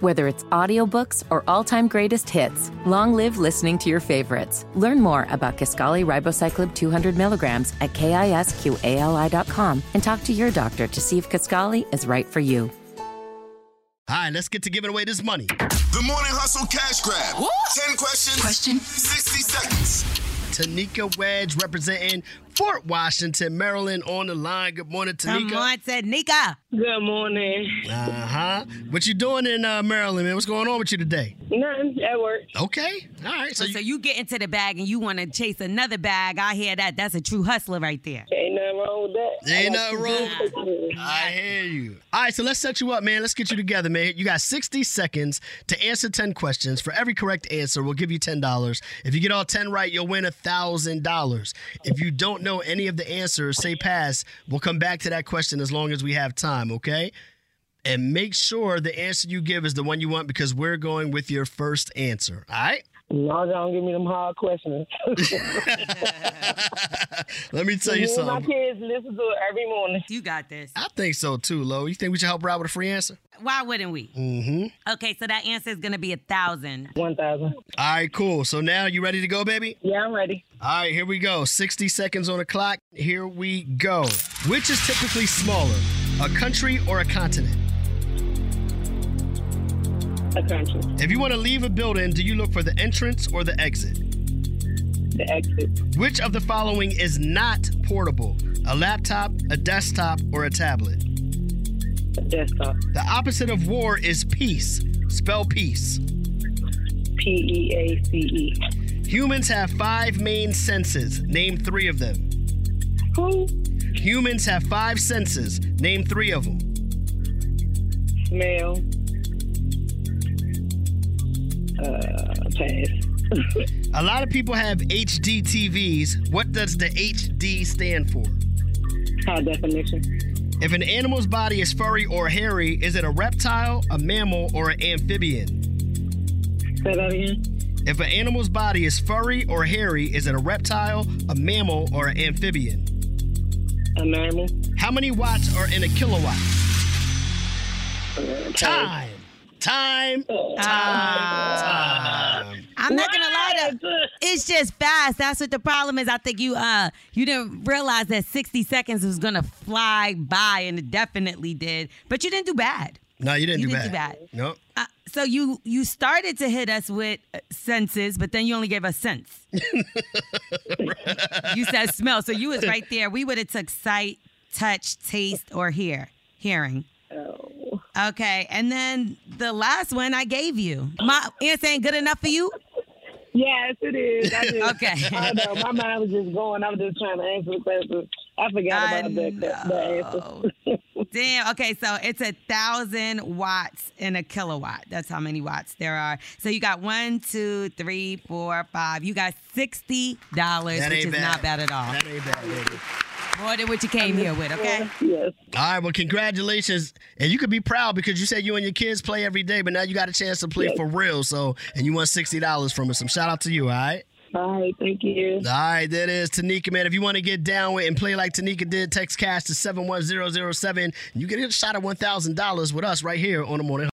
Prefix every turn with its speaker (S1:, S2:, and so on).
S1: Whether it's audiobooks or all-time greatest hits, long live listening to your favorites. Learn more about Kaskali Ribocyclib 200 milligrams at kisqali.com and talk to your doctor to see if Kaskali is right for you.
S2: All right, let's get to giving away this money.
S3: The Morning Hustle Cash Grab. 10 questions. Question. 60 seconds.
S2: Tanika Wedge representing Fort Washington, Maryland on the line. Good morning,
S4: Come
S2: Tanika.
S4: on, Tanika.
S5: Good morning.
S2: Uh huh. What you doing in uh, Maryland, man? What's going on with you today?
S5: Nothing at work.
S2: Okay. All right. Oh, So,
S4: So,
S2: you,
S4: you get into the bag and you want to chase another bag. I hear that. That's a true hustler right there.
S5: Ain't nothing wrong with that.
S2: Ain't
S5: I like
S2: nothing wrong.
S5: to-
S2: I hear you. All right, so let's set you up, man. Let's get you together, man. You got 60 seconds to answer 10 questions. For every correct answer, we'll give you $10. If you get all 10 right, you'll win $1,000. If you don't know any of the answers, say pass. We'll come back to that question as long as we have time, okay? And make sure the answer you give is the one you want because we're going with your first answer, all right?
S5: As long as I don't give me them hard questions.
S2: Let me tell you
S5: Me and my
S2: something.
S5: kids listen to it every morning.
S4: You got this.
S2: I think so too, Lo. You think we should help Rob with a free answer?
S4: Why wouldn't we?
S2: Mm-hmm.
S4: Okay, so that answer is going to be a thousand.
S5: 1,000.
S2: All right, cool. So now you ready to go, baby?
S5: Yeah, I'm ready.
S2: All right, here we go. 60 seconds on the clock. Here we go. Which is typically smaller, a country or a continent?
S5: A country.
S2: If you want to leave a building, do you look for the entrance or the exit?
S5: The exit.
S2: Which of the following is not portable? A laptop, a desktop, or a tablet?
S5: The desktop.
S2: The opposite of war is peace. Spell peace.
S5: P E A C E.
S2: Humans have five main senses. Name three of them.
S5: Who?
S2: Humans have five senses. Name three of them.
S5: Smell. Uh, pass.
S2: A lot of people have HD TVs. What does the HD stand for?
S5: High definition.
S2: If an animal's body is furry or hairy, is it a reptile, a mammal, or an amphibian?
S5: Say that again.
S2: If an animal's body is furry or hairy, is it a reptile, a mammal, or an amphibian?
S5: A mammal.
S2: How many watts are in a kilowatt?
S5: Uh, pass.
S2: Time. Time.
S5: Oh.
S2: Time.
S4: I'm not going to lie to
S5: Good.
S4: It's just fast. That's what the problem is. I think you uh you didn't realize that 60 seconds was gonna fly by, and it definitely did. But you didn't do bad.
S2: No, you didn't
S4: You
S2: do
S4: didn't
S2: bad.
S4: do
S2: Nope.
S4: Uh, so you you started to hit us with uh, senses, but then you only gave us sense. you said smell, so you was right there. We would have took sight, touch, taste, or hear, hearing.
S5: Oh.
S4: Okay, and then the last one I gave you. My answer ain't good enough for you.
S5: Yes, it is. I just,
S4: Okay.
S5: I know. My mind was just going. I was just trying to answer the question. I forgot
S4: I
S5: about that, that, that answer.
S4: know. Damn. Okay, so it's a thousand watts in a kilowatt. That's how many watts there are. So you got one, two, three, four, five. You got sixty dollars,
S2: That
S4: which
S2: ain't
S4: is
S2: bad.
S4: not bad at all.
S2: That ain't bad, baby.
S4: More than what you came here with. Okay.
S5: Yes.
S2: All right, well, congratulations. And you could be proud because you said you and your kids play every day, but now you got a chance to play for real. So, and you won $60 from us. So, shout out to you, all right?
S5: All right. Thank you.
S2: All right, that is Tanika, man. If you want to get down with and play like Tanika did, text cash to 71007. and You get a shot at $1,000 with us right here on the morning.